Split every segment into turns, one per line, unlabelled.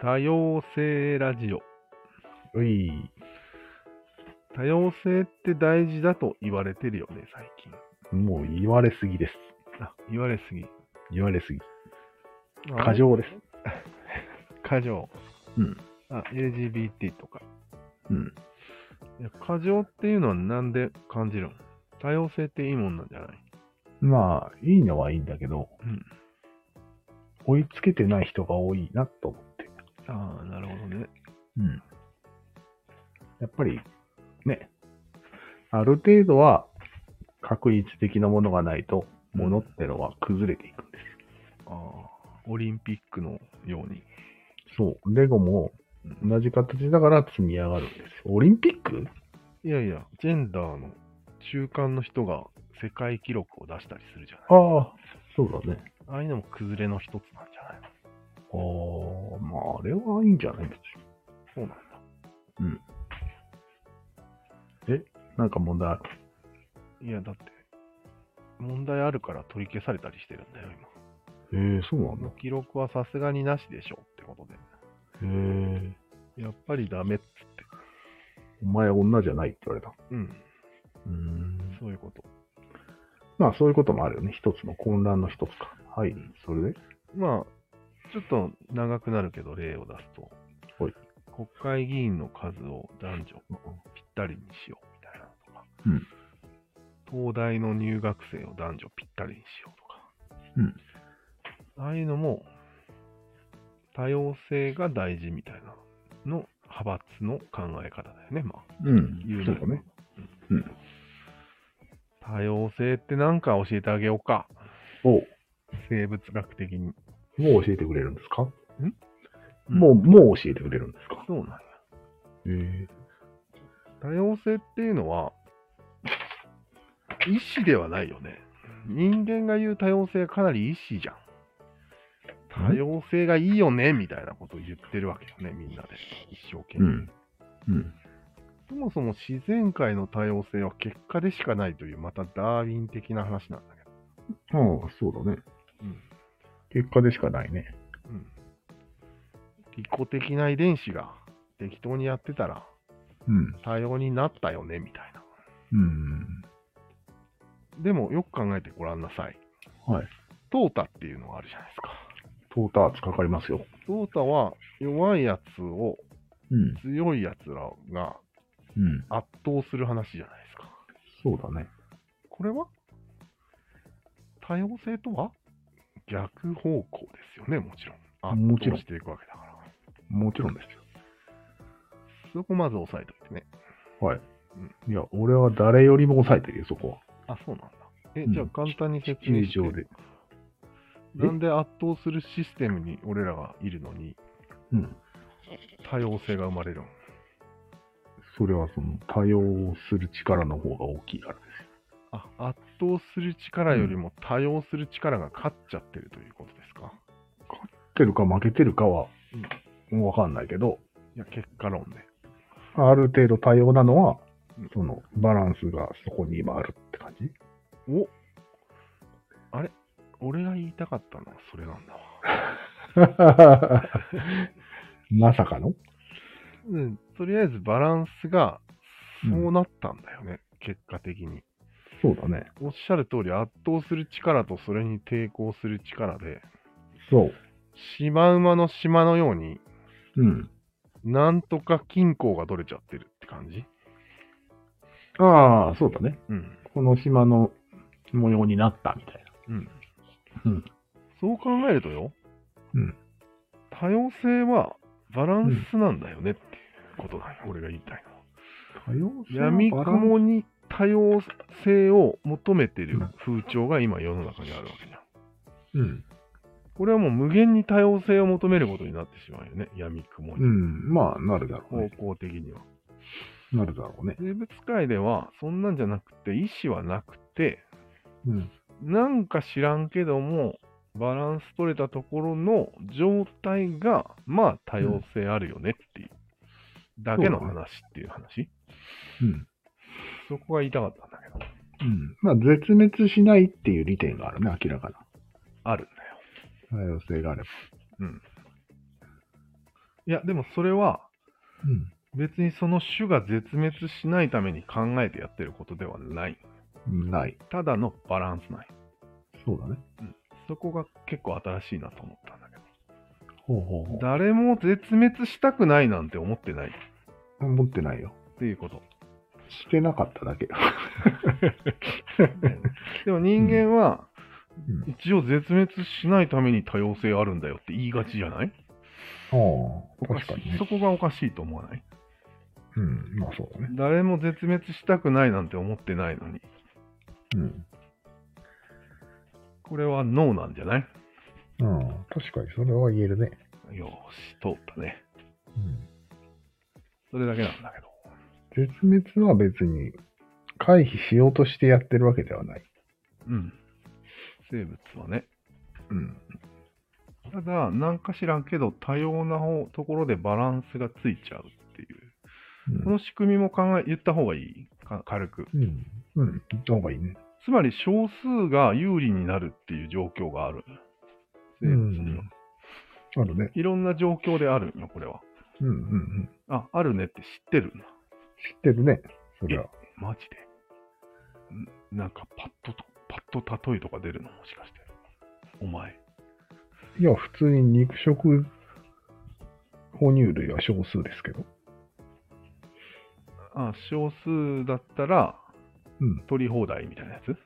多様性ラジオ。
うい。
多様性って大事だと言われてるよね、最近。
もう言われすぎです。
あ、言われすぎ。
言われすぎ。過剰です。
過剰。
うん。
あ、LGBT とか。
うん。
いや過剰っていうのはなんで感じるん多様性っていいもんなんじゃない
まあ、いいのはいいんだけど、
うん
追いつけてない人が多いなと思って。
ああ、なるほどね。
うん。やっぱり、ね、ある程度は確率的なものがないと、ものってのは崩れていくんで
ああ、オリンピックのように。
す。そう。レゴも同じ形だから積み上がるんですよ。オリンピック
いやいや、ジェンダーの中間の人が世界記録を出したりするじゃない
ああ、そうだね。
ああいうのも崩れの一つなんじゃないの
ああ、まあ、あれはいいんじゃない別に。
そうなんだ。
なんか問題ある。
いや、だって、問題あるから取り消されたりしてるんだよ、今。
へえそうなん
こ
だ
の。記録はさすがになしでしょってこと
へえ
で。やっぱりダメっつって。
お前女じゃないって言われた。
うん、
うん。
そういうこと。
まあ、そういうこともあるよね。一つの混乱の一つか。はい。それで
まあ、ちょっと長くなるけど、例を出すと。
はい
国会議員の数を男女ぴったりにしようみたいなのとか。
うん
東大の入学生を男女ぴったりにしようとか。
うん
ああいうのも、多様性が大事みたいなの、派閥の考え方だよね、まあ。
うん
言う
そ
な
う
ら
だね。
多様性ってなんか教えてあげようか。
おう
生物学的に。
もう教えてくれるんですかん
うん
もう、もう教えてくれるんですか
そうなんや。
へえ
多様性っていうのは、意思ではないよね。人間が言う多様性はかなり意思じゃん。多様性がいいよね、みたいなことを言ってるわけよね、みんなで。一生懸
う
命。
ん。うん。
そもそも自然界の多様性は結果でしかないという、またダーウィン的な話なんだけど。
ああ、そうだね。
うん。
結果でしかないね。
うん。利己的な遺伝子が適当にやってたら
うん。
多様になったよね、みたいな。
うん。
でもよく考えてごらんなさい。
はい。
淘汰っていうのがあるじゃないですか。
トーターツかかりますよ。
淘汰は弱いやつを
うん。
強いやつらが
うん。
圧倒する話じゃないですか。
そうだね。
これは多様性とは逆方向ですよね、もちろん。
も
圧
ち
倒
ろん
していくわけだから。
もちろんですよ。
そこまず押さえといてね。
いや、俺は誰よりも抑えてるよ、そこは。
あ、そうなんだ。え、
うん
じゃあ簡単に説明
地
して。
上で。え
なんで圧倒するシステムに俺らがいるのに
うん。
多様性が生まれるの
それはその多様する力の方が大きいからで
あ圧倒する力よりも多様する力が勝っちゃってるということですか、
す。勝ってるか負けてるかは、わかんないけど、
いや結果論で。
ある程度多様なのは
うん、
そのバランスがそこに今あるって感 じ
おあれ俺が言いたかったのはそれなんだわ。
まさかの
うん、とりあえずバランスが
うん
そうなったんだよね、結果的に。
そうだね。
おっしゃる通り圧倒する力とそれに抵抗する力で、
そう。
シマウマの島のように、
うん。
なんとか金庫が取れちゃってるって感じ
ああ、そうだね。
うん。
この島の模様になったみたい
うん。
うん
そう考えるとよ。
うん。
多様性はバランスなんだよねっていうことだよ、俺が言いたい
な。多様性
のは。闇雲に多様性を求めてる風潮が今世の中にあるわけじゃん。
うん。
これはもう無限に多様性を求めることになってしまうよね、闇雲
う
に。
ん。まあ、なるだろう
方
ね。
向的には。
なるだろうね。
生物界ではそんなんじゃなくて、意思はなくて、
うん。
なんか知らんけども、バランス取れたところの状態が、まあ多様性あるよねっていう、だけの
そうだ
話っていう話
うん。
そ,、こが言いたかったんだけど、
うん。まあ、絶滅しないっていう利点があるね、明らかな。
あるんだよ。
多様性があれば。
うん。いや、でもそれは
うん。
別にその種が絶滅しないために考えてやってることではない。
ない。
ただのバランスない。
そうだね。
そこが結構新しいなと思ったんだけど。
ほうほうほ
誰も絶滅したくないなんて思ってないっ
う。持ってないよ。
ていうこと。
してなかっただけ。
でも人間は
うん。
一応絶滅しないために多様性あるんだよって言いがちじゃない
あ
お
あ、
かし
確かに
い。
ね。
そこがおかしいと思わない
うん。まあそうだね。
誰も絶滅したくないなんて思ってないのに。
うん。
これはノーなんじゃない
うん。確かに、それは言えるね。
よーし、通ったね。
うん。
それだけなんだけど。
絶滅は別に回避しようとしてやってるわけではない。
うん。生物はね。
うん。
ただ、なんか知らんけど、多様な方ところでバランスがついちゃうっていう。この仕組みも考え、言った方がいいか軽く。
うん。うん。行った方がいいね。
つまり少数が有利になるっていう状況がある。生物には。
あるね。
いろんな状況であるの、これは。
うんうんうん。
あ、あるねって知ってるんだ。
知ってるね。そりゃ。
マジで。んなんかパッとと、パッと例えとか出るのもしかして。お前。
いや、普通に肉食哺乳類は少数ですけど。
あ、少数だったら、
うん。
取り放題みたいなやつ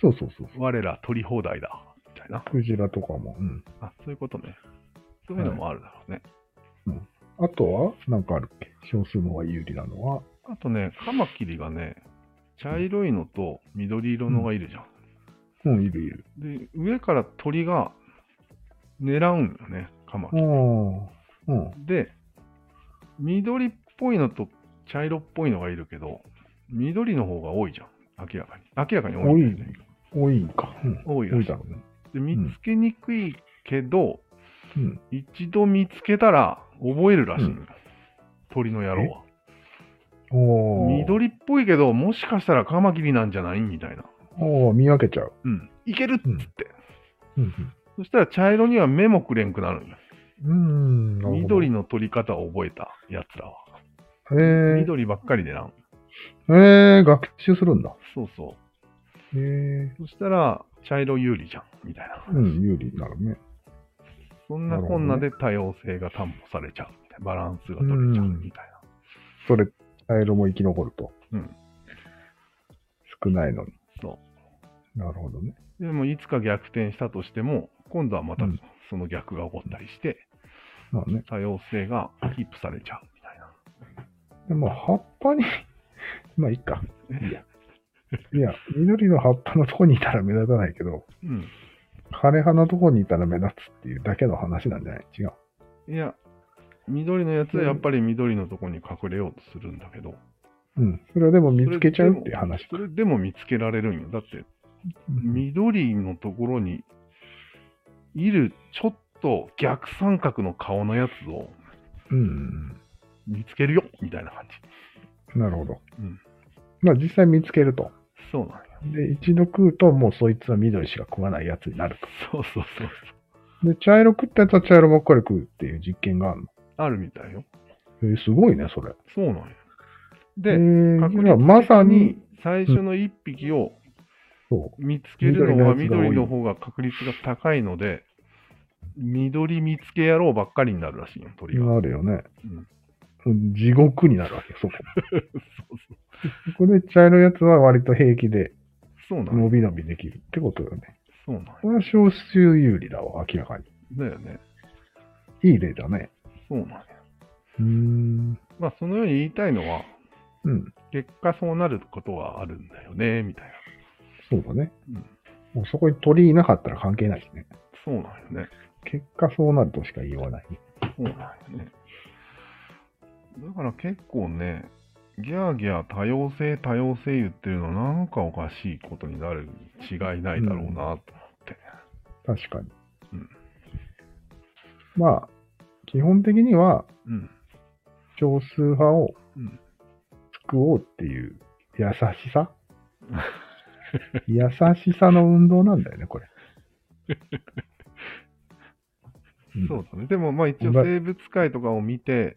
そうそうそうそう。
我ら取り放題だ。みたいな。
クジラとかも。うん。
あ、そういうことね。そういうのもあるだろうね。
あとは、なんかあるっけ少数の方が有利なのは。
あとね、カマキリがね、茶色いのと緑色のがいるじゃん。
うん、いるいる。
で、上から鳥が狙うんよね、カマ
ああ
キリ。。
うん。
で、緑っぽいのと茶色っぽいのがいるけど、緑の方が多いじゃん。明らかに。明らかに多いんだよね。
多いんか。うん。
多い
多
ら
い
しい
だろうね。
で、見つけにくいけど、
うん。
一度見つけたら覚えるらしいのよ、鳥の野郎は。
おー。
緑っぽいけど、もしかしたらカマキリなんじゃないみたいな。
おー、見分けちゃう。
うん。いけるっつって。
うん
そしたら茶色には目もくれんくなるんよ。
うん。うーん。なるほど
緑。の取り方を覚えたやつらは。
へえ。
緑ばっかりでなん。
へえ、学習するんだ。
そうそう。
へえ。
そしたら、茶色有利じゃん、みたいな。
うん、有利になるね。
そんなこんなで多様性が担保されちゃう。みたいなバランスが取れちゃう、みたい
それ、茶色も生き残ると。
うん。
少ないのに。
な。そ
なるほどね。
う。でも、いつか逆転したとしても、今度はまた
うん
その逆が起こったりして、
まあね。
多様性がキープされちゃう、みたいな。
でも、葉っぱに、 まあ、いいか。いいや。いや、緑の葉っぱのとこにいたら目立たないけど、
うん。
枯れ葉のとこにいたら目立つっていうだけの話なんじゃない違う。
いや、緑のやつはやっぱり緑のとこに隠れようとするんだけど。
うん。それはでも見つけちゃうっていう話
それでも見つけられるんよ。だって、
うん
緑のところにいるちょっと逆三角の顔のやつを
うん。
見つけるよみたいな感じ。
なるほど。
うん
まあ実際見つけると。
そうなんよ。
で、一度食うと、もうそいつは緑しか食わないやつになる
そうそうそう。
と。で、茶色食ったやつは茶色ばっかり食うっていう実験があるの。
あるみたいよ。
えーすごいね、それ。
そうなんよ。
え
で、
ー、
確
いやまさに、
最初の1匹を
そ
見つけるのは
緑
緑
の
の
やつが
方が確率が高いので、緑見つけ野郎ばっかりになるらしいよ、
う、
鳥が。
なるよね。
うん
うん地獄になるわけ、そこ。
そうそう
ここで茶色いやつは割と平気で、
そうなん
伸
よ。
び伸びできるってことよね。
そうなんよ。
これは少数有利だわ、明らかに。
だよね。
いい例だね。
そうなんよ。
うーん。
まあ、そのように言いたいのは、
うん。
結果そうなることはあるんだよね、みたいな。
そうだね。
うん
もうそこに鳥いなかったら関係ないしね。
そうなんよね。
結果そうなるとしか言わない。
そうなんよね。だから結構ね、ギャーギャー多様性多様性言ってるのなんかおかしいことになるに違いないだろうなと思って。
確かに。
うん
まあ、基本的には
うん。
少数派を
うん
救おうっていう優し さ 優しさの運動なんだよね、これ。うん
そうだね。でもまあ一応生物界とかを見て、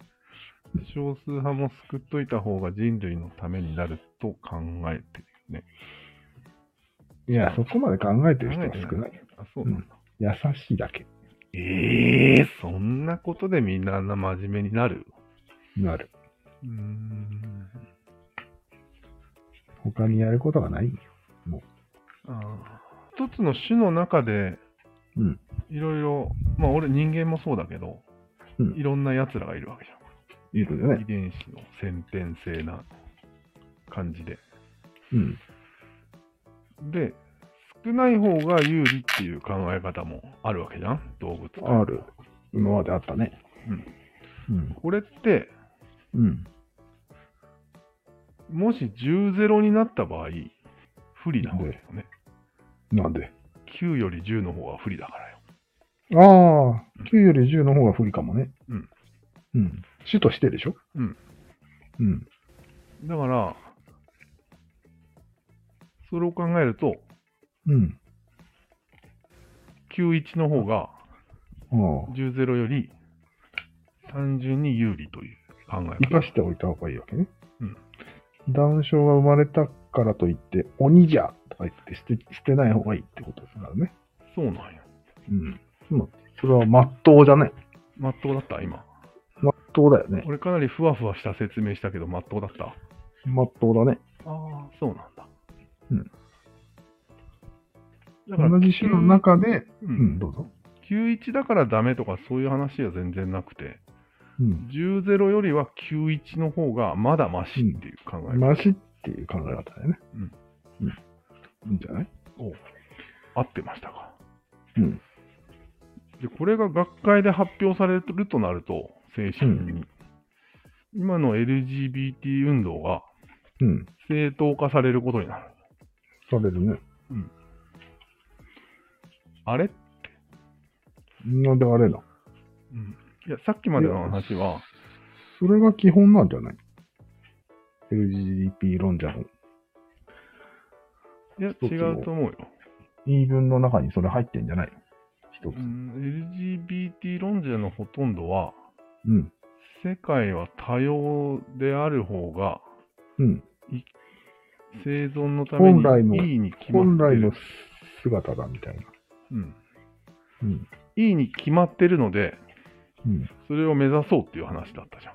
少数派も救っといた方が人類のためになると考えてるよね。
いや、そこまで考えてる人は少ない。
あ、そうなんだ。
優しいだけ。
ええそんなことでみんなあんな真面目になる
なる。
うーん。
他にやることがないよ。
あー一つの種の中で、
うん。
いろいろ、まあ俺人間もそうだけど、
うん
いろんな奴らがいるわけじゃん。
いいことだ
遺
よね。
伝子の先天性な感じで。
うん。
で、少ない方が有利っていう考え方もあるわけじゃん動物って
ある。今まであったね。うん。
これって、
うん。
もし10-0になった場合、不利な方だよね。
なんで
9より10の方が不利だからよ。
ああ、9より10の方が不利かもね。
うん。
うん。主としてでしょ
うん。
うん。
だから、それを考えると、
うん。
9-1の方が
ああ。
10-0より単純に有利という考え
生
方
か。しておいた方がいいわけね。
うん。
ダウン症が生まれたからといって、鬼じゃとか言って捨て、捨てない方がいいってことですからね。
そうなんよ。
うん。まあそれは真っ当じゃない。
まっとうだった今。
真っ当だよね。
俺かなりふわふわした説明したけど、まっとうだったあ
真っ当だね。
あ、そうなんだ。
うん。
だから、
同じ種の中で、
う、
うんん、どうぞ。
91だからダメとかそういう話は全然なくて、
うん。
10-0よりは91の方がまだマシっていう考え、
マシっていう考え方だよね。
うん。
うん。いいんじゃない
合ってましたか。
うん。
で、これが学会で発表されるとなると、正式に、今の LGBT 運動が
うん。
正当化されることになる。
それでね。
あれ
なんであれだ。
うん。いや、さっきまでの話は、
それが基本なんじゃない ?LGBT 論者の
いや、
一つ
違
の
うと思うよ。
言い分の中にそれ入ってんじゃない一つ
う。ん、LGBT 論者のほとんどは、
うん。
世界は多様である方が
うん。
生存のため
本来の
にいいに決ま
本
って
来の
る。
姿だみたいな。
うん、
うん。
いいに決まってるので、
うん。
それを目指そうっていう話だったじゃ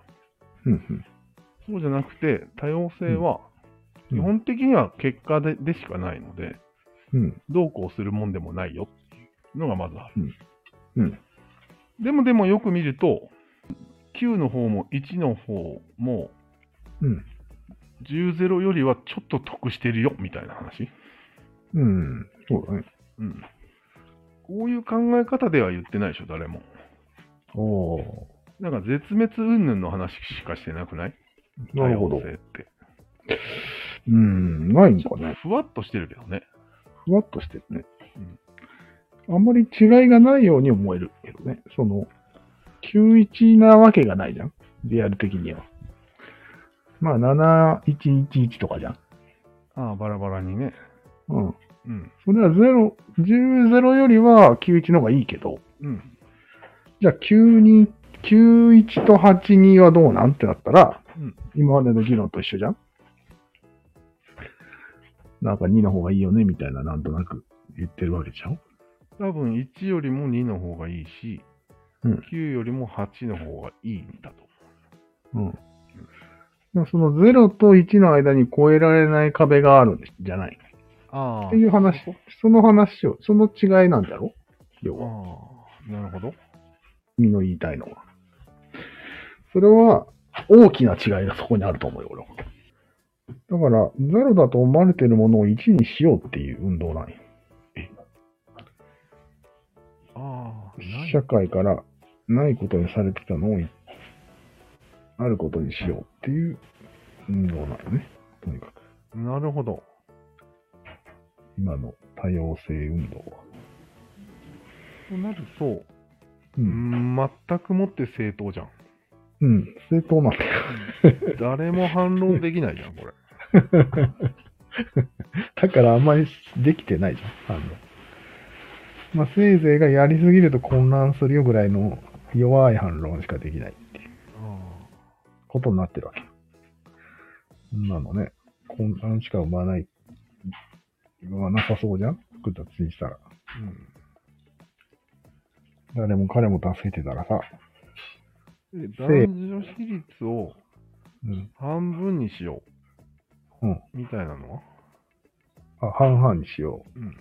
ん。
うん。
そうじゃなくて、多様性は
うん
基本的には結果で,、でしかないので、
うん。
どうこうするもんでもないよっていうのがまずある。
うん。
でもでもよく見ると、9の方も1の方も
うん。
10-0よりはちょっと得してるよみたいな話。
うん。そうだね。
うん。こういう考え方では言ってないでしょ、誰も。
おー。
なんか絶滅云々の話しかしてなくない
なるほど
多。様性って。
うん。ないん
ちょ
か
っと
ね。
ふわっとしてるけどね。
ふわっとしてるね。あんまり違いがないように思えるけどね。その、91なわけがないじゃん。リアル的には。まあ、7111とかじゃん。
ああ、バラバラにね。
うん。
うん。
それは0、10-0よりは91の方がいいけど、
うん。
じゃあ92、91と82はどうなんってなったら、
うん
今までの議論と一緒じゃんなんか2の方がいいよねみたいな、なんとなく言ってるわけじゃん。
多分1よりも2の方がいいし、
うん
9よりも8の方がいいんだと。
うん。でもその0と1の間に越えられない壁があるんじゃない
ああ。
っていう話、その話を、その違いなんだろ要
あ
は、
あ。なるほど。
君の言いたいのは。それは、大きな違いがそこにあると思うよ、俺は。だから、0だと思われてるものを1にしようっていう運動なんよ。
ああ。ない
社会からないことにされてたのを、あることにしようっていう運動なんよね。とにかく。
なるほど。
今の多様性運動は。
となると、
う。
うんん、全くもって正当じゃん。
うん。正当なんだよ。
誰も反論できないじゃん、これ。
だからあんまりできてないじゃん。あの、まあ、せいぜいがやりすぎると混乱するよぐらいの弱い反論しかできないっていうことになってるわけ。そんなのね、混乱しか生まない、生まなさそうじゃん複雑にしたら。誰も彼も助けてたらさ。
うんで男女比率を
うん。
半分にしよう。
うん
みたいなのは
あ、半々にしよ
うん。
う。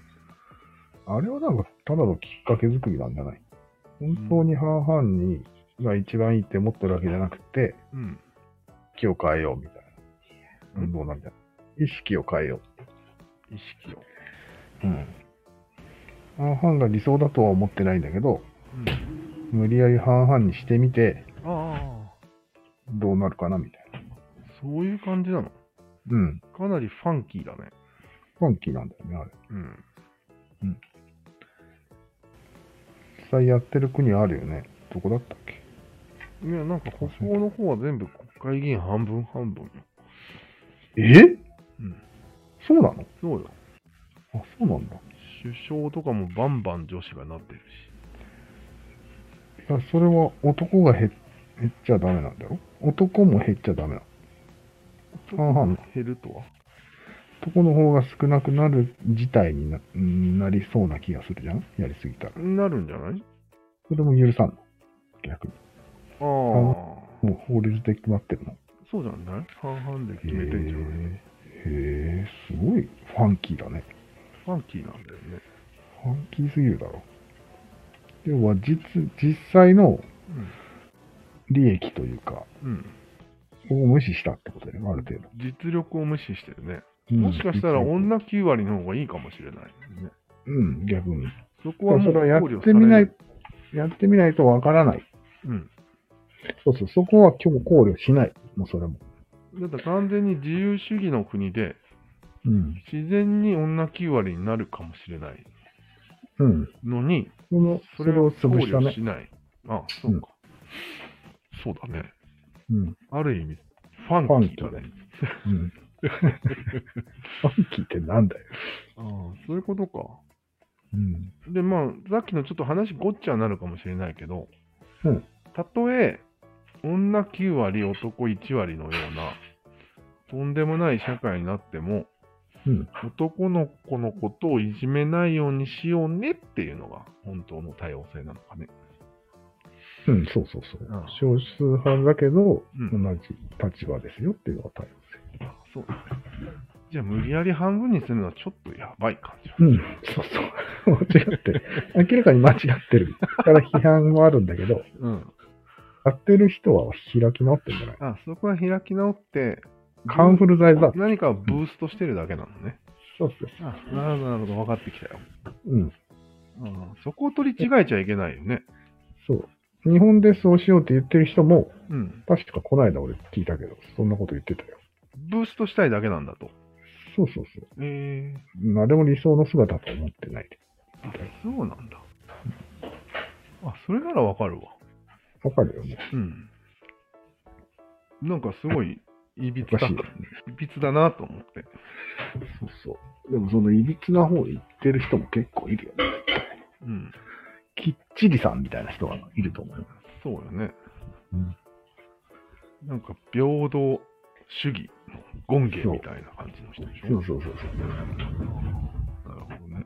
あれはなんか、ただのきっかけ作りなんじゃない本当に半々に、が一番いいって思ってるわけじゃなくて、
うん。
意識を変えようみたいな。運動なんだ。意識を変えよ
意識を。
う。うん。半々が理想だとは思ってないんだけど、
うん。
無理やり半々にしてみて、
あ
どうなるかなみたい
あ、そういう感じなの。
な。うん。
かなりファンキーだね。
ファンキーなんだよね、あれ。
うん。
実際やってる国あるよね。どこだったっけ
いや、なんか北欧の方は全部国会議員半分半分よ。
え
うん。
そうなのあ、
そうよ。
そうなんだ。
首相とかもバンバン女子がなってる
いや、それは男が減っ減っちゃダメなんだろ男も減っちゃダメなの。
し。
半々
減るとは
男の方が少なくなる事態にななりそうな気がするじゃんやりすぎたら。
なるんじゃない
それも許さんの逆に。
ああ。
もう法律で決まってるの。
そうじゃない半々で決めてんじゃない
へえ、へえすごいファンキーだね。
ファンキーなんだよね。
ファンキーすぎるだろ。要は実、実際の利益というか、
うん。うん。
そこを無視したってことだよね、ある程度。
実力を無視してるね。
うん
もしかしたら女9割の方がいいかもしれない、ね。
うん、逆に。
そこは
そ
もう
れはや
考慮
っ
され
てみない
る。、
やってみないとわからない。
うん。
そうそう、そこは今日考慮しない。もうそれも。
だって完全に自由主義の国で、
うん。
自然に女9割になるかもしれない
うん。
のに、
その、それを
考
潰した
慮
ね。
しない。あそうか、そうだね。
うん。
ある意味、ファ
ファン
ン
キ
キー
ー
だ
だ
ね
ね。。うん。 ファンキーってなんだよ。
ああそういうことか。
うん。
で、まあ、さっきのちょっと話ごっちゃになるかもしれないけど、
うん
たとえ、女9割、男1割のような、とんでもない社会になっても、
うん。
男の子のことをいじめないようにしようねっていうのが、本当の多様性なのかね。
うん、そうそうそう
ああ。
少数派だけど、
う
同
ん。
じ立場ですよっていうのが多様
あそうだね。じゃあ、無理やり半分にするのはちょっとやばい感じはす
性。
る。
ん、そうそう。 間違ってる。明らかに間違ってる。だから批判もあるんだけど、
うん。
やってる人は開き直ってんじゃない
あ、そこは開き直って、
カンフル剤だ。
何かをブーストしてるだけなのね。
そうそうそ
あ、なるほど、なるほど、分かってきたよ。
う。うん。
うんそこを取り違えちゃいけないよね。
そう。日本でそうしようって言ってる人も、
うん。
確かこないだ俺聞いたけど、そんなこと言ってたよ。
ブーストしたいだけなんだと。
そうそうそう。
ええ
誰も理想の姿とは思ってない。
そうなんだ。あ、それならわかるわ。
わかるよね。
うん。なんかすごい、いびつ
お
だ、
かしい
い
よね。
びつだなと思って。
そうそう。でもそのいびつな方行ってる人も結構いるよね。
うん。
きっちりさんみたいな人がいると思いま
そうよね。
うん
なんか、平等主義の権限みたいな感じの人でし
す。
ょ。
そうそうそう。
なるほどね。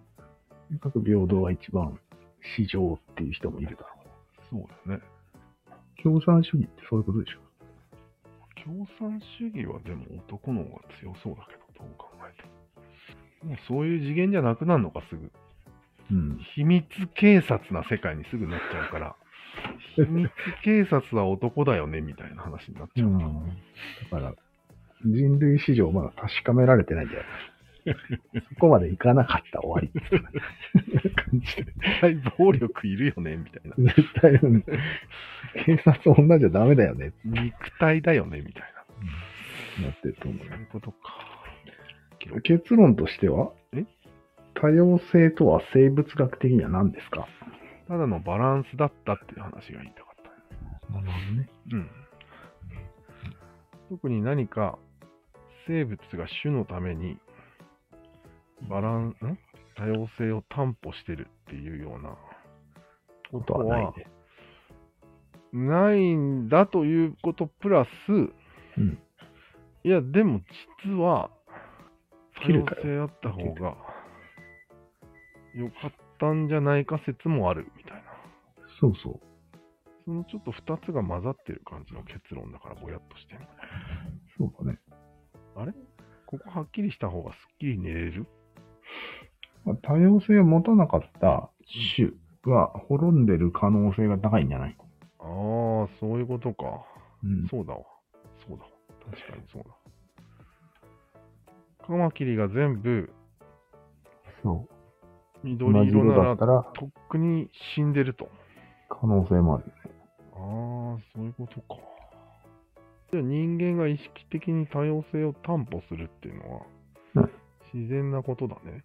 各平等が一番市場っていう人もいるだろ
そうよね。
う。共産主義ってそういうことでしょ。
共産主義はでも男の方が強そうだけど、どう考えても。もうそういう次元じゃなくなるのか、すぐ。
うん。
秘密警察な世界にすぐなっちゃうから、秘密警察は男だよね、みたいな話になっ ちゃう。
だから、人類史上まだ確かめられてないんじゃないそこまでいかなかった終わり。感じで
絶対暴力いるよね、みたいな。
絶対、うん警察女じゃダメだよねって
肉体だよね、みたい
なってると思
な。
う
そ
よ
ういうことか。
結論としては
え
多様性とは生物学的には何ですか
ただのバランスだったっていう話が言いたかった。
なるほどね。
うん。特に何か生物が種のためにバラン、ん多様性を担保してるっていうようなこ
こ
と
とはない
は
ね。
ないんだということプラス、
ん
いや、でも実は、多
切る
様
から
性あった方が良かったんじゃないか説もあるみたいな。
そうそう。
そのちょっと2つが混ざってる感じの結論だから、ぼやっとしてる。
そうだね。
ここはっきりした方がすっきり寝れる
まあ多様性を持たなかった種は滅んでる可能性が高いんじゃない
ああ、そういうことか。
うん。
そうだわ。そうだわ。確かにそうだ。カマキリが全部
そ同
緑
じ
色
色
な
だ
ら
ったら
とっくに死んでると。
可能性もあるよね。
ああ、そういうことか。じゃあ人間が意識的に多様性を担保するっていうのは
うん、
自然なことだね。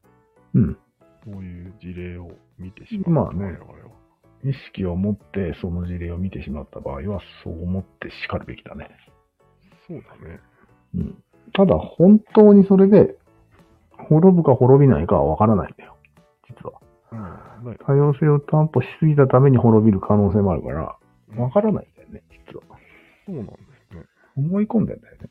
うん。
こういう事例を見てしまうと。
まあね
我々は。
意識を持ってその事例を見てしまった場合は、そう思って叱るべきだね。
そうだね。
うん。ただ、本当にそれで、滅ぶか滅びないかはわからないんだよ。実は。
うん。だよ
多様性を担保しすぎたために滅びる可能性もあるから、わからないんだよね、実は。
そうなんだよね。
思い込んでんだよね。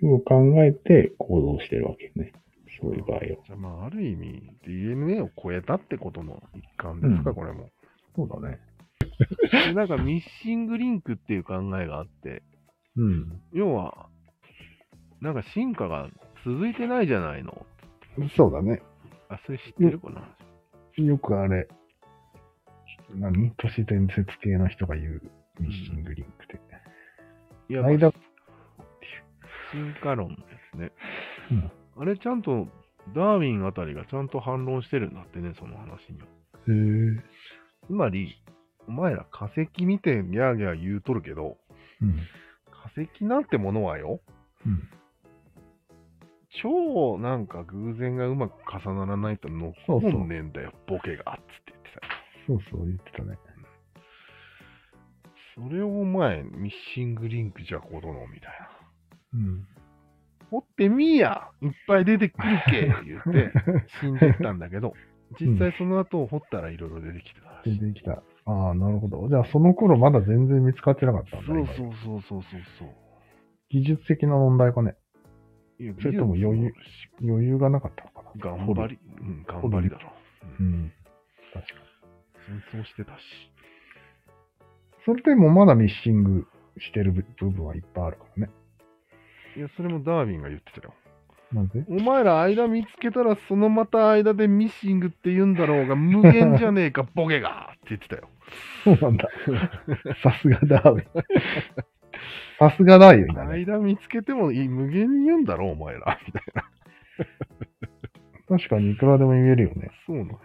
種を考えて行動してるわけね。そういう場合は。
じゃあまあ、ある意味、DNA を超えたってことの一環ですか、
うん
これも。
そうだね。
でなんかミッシングリンクっていう考えがあって、
うん。
要は、なんか進化が続いてないじゃないの。
そうだね。
あ、それ知ってるかな、
よくあれ、何都市伝説系の人が言うミッシングリンクって。
いや、
間、
進化論ですね。
うん
あれ、ちゃんと、ダーウィンあたりがちゃんと反論してるんだってね、その話には。
へえ。
つまり、お前ら化石見てギャーギャー言うとるけど、
うん。
化石なんてものはよ、
うん
超なんか偶然がうまく重ならないと残んねえんだよ、ボケが、つって言ってた。
そうそう言ってたね。
それをお前、ミッシングリンクじゃこどの、みたいな。
うん。
掘ってみいやいっぱい出てくるけ 言って、死んでったんだけど、実際その後掘ったらいろいろ出てきてたらしい。
出てきた。ああ、なるほど。じゃあその頃まだ全然見つかってなかったんだ。
そう
今
そうそうそうそうそう。
技術的な問題かね。
いや
それとも余裕。余裕がなかったのかな。
頑張り、うん、頑張りだろ。
う
うん
ん。確かに。
戦争してたし。
それでもまだミッシングしてる部部分はいっぱいあるからね。
いや、それもダーウィンが言ってたよ。
な ぜ
お前ら間見つけたらそのまた間でミッシングって言うんだろうが無限じゃねえか ボケがって言ってたよ。
そうなんだ。さすがダーウィン。さすがダーウィンだね。
間見つけてもいい無限に言うんだろうお前ら。みたい
確かにいくらでも言えるよね
な。。そうなんよ。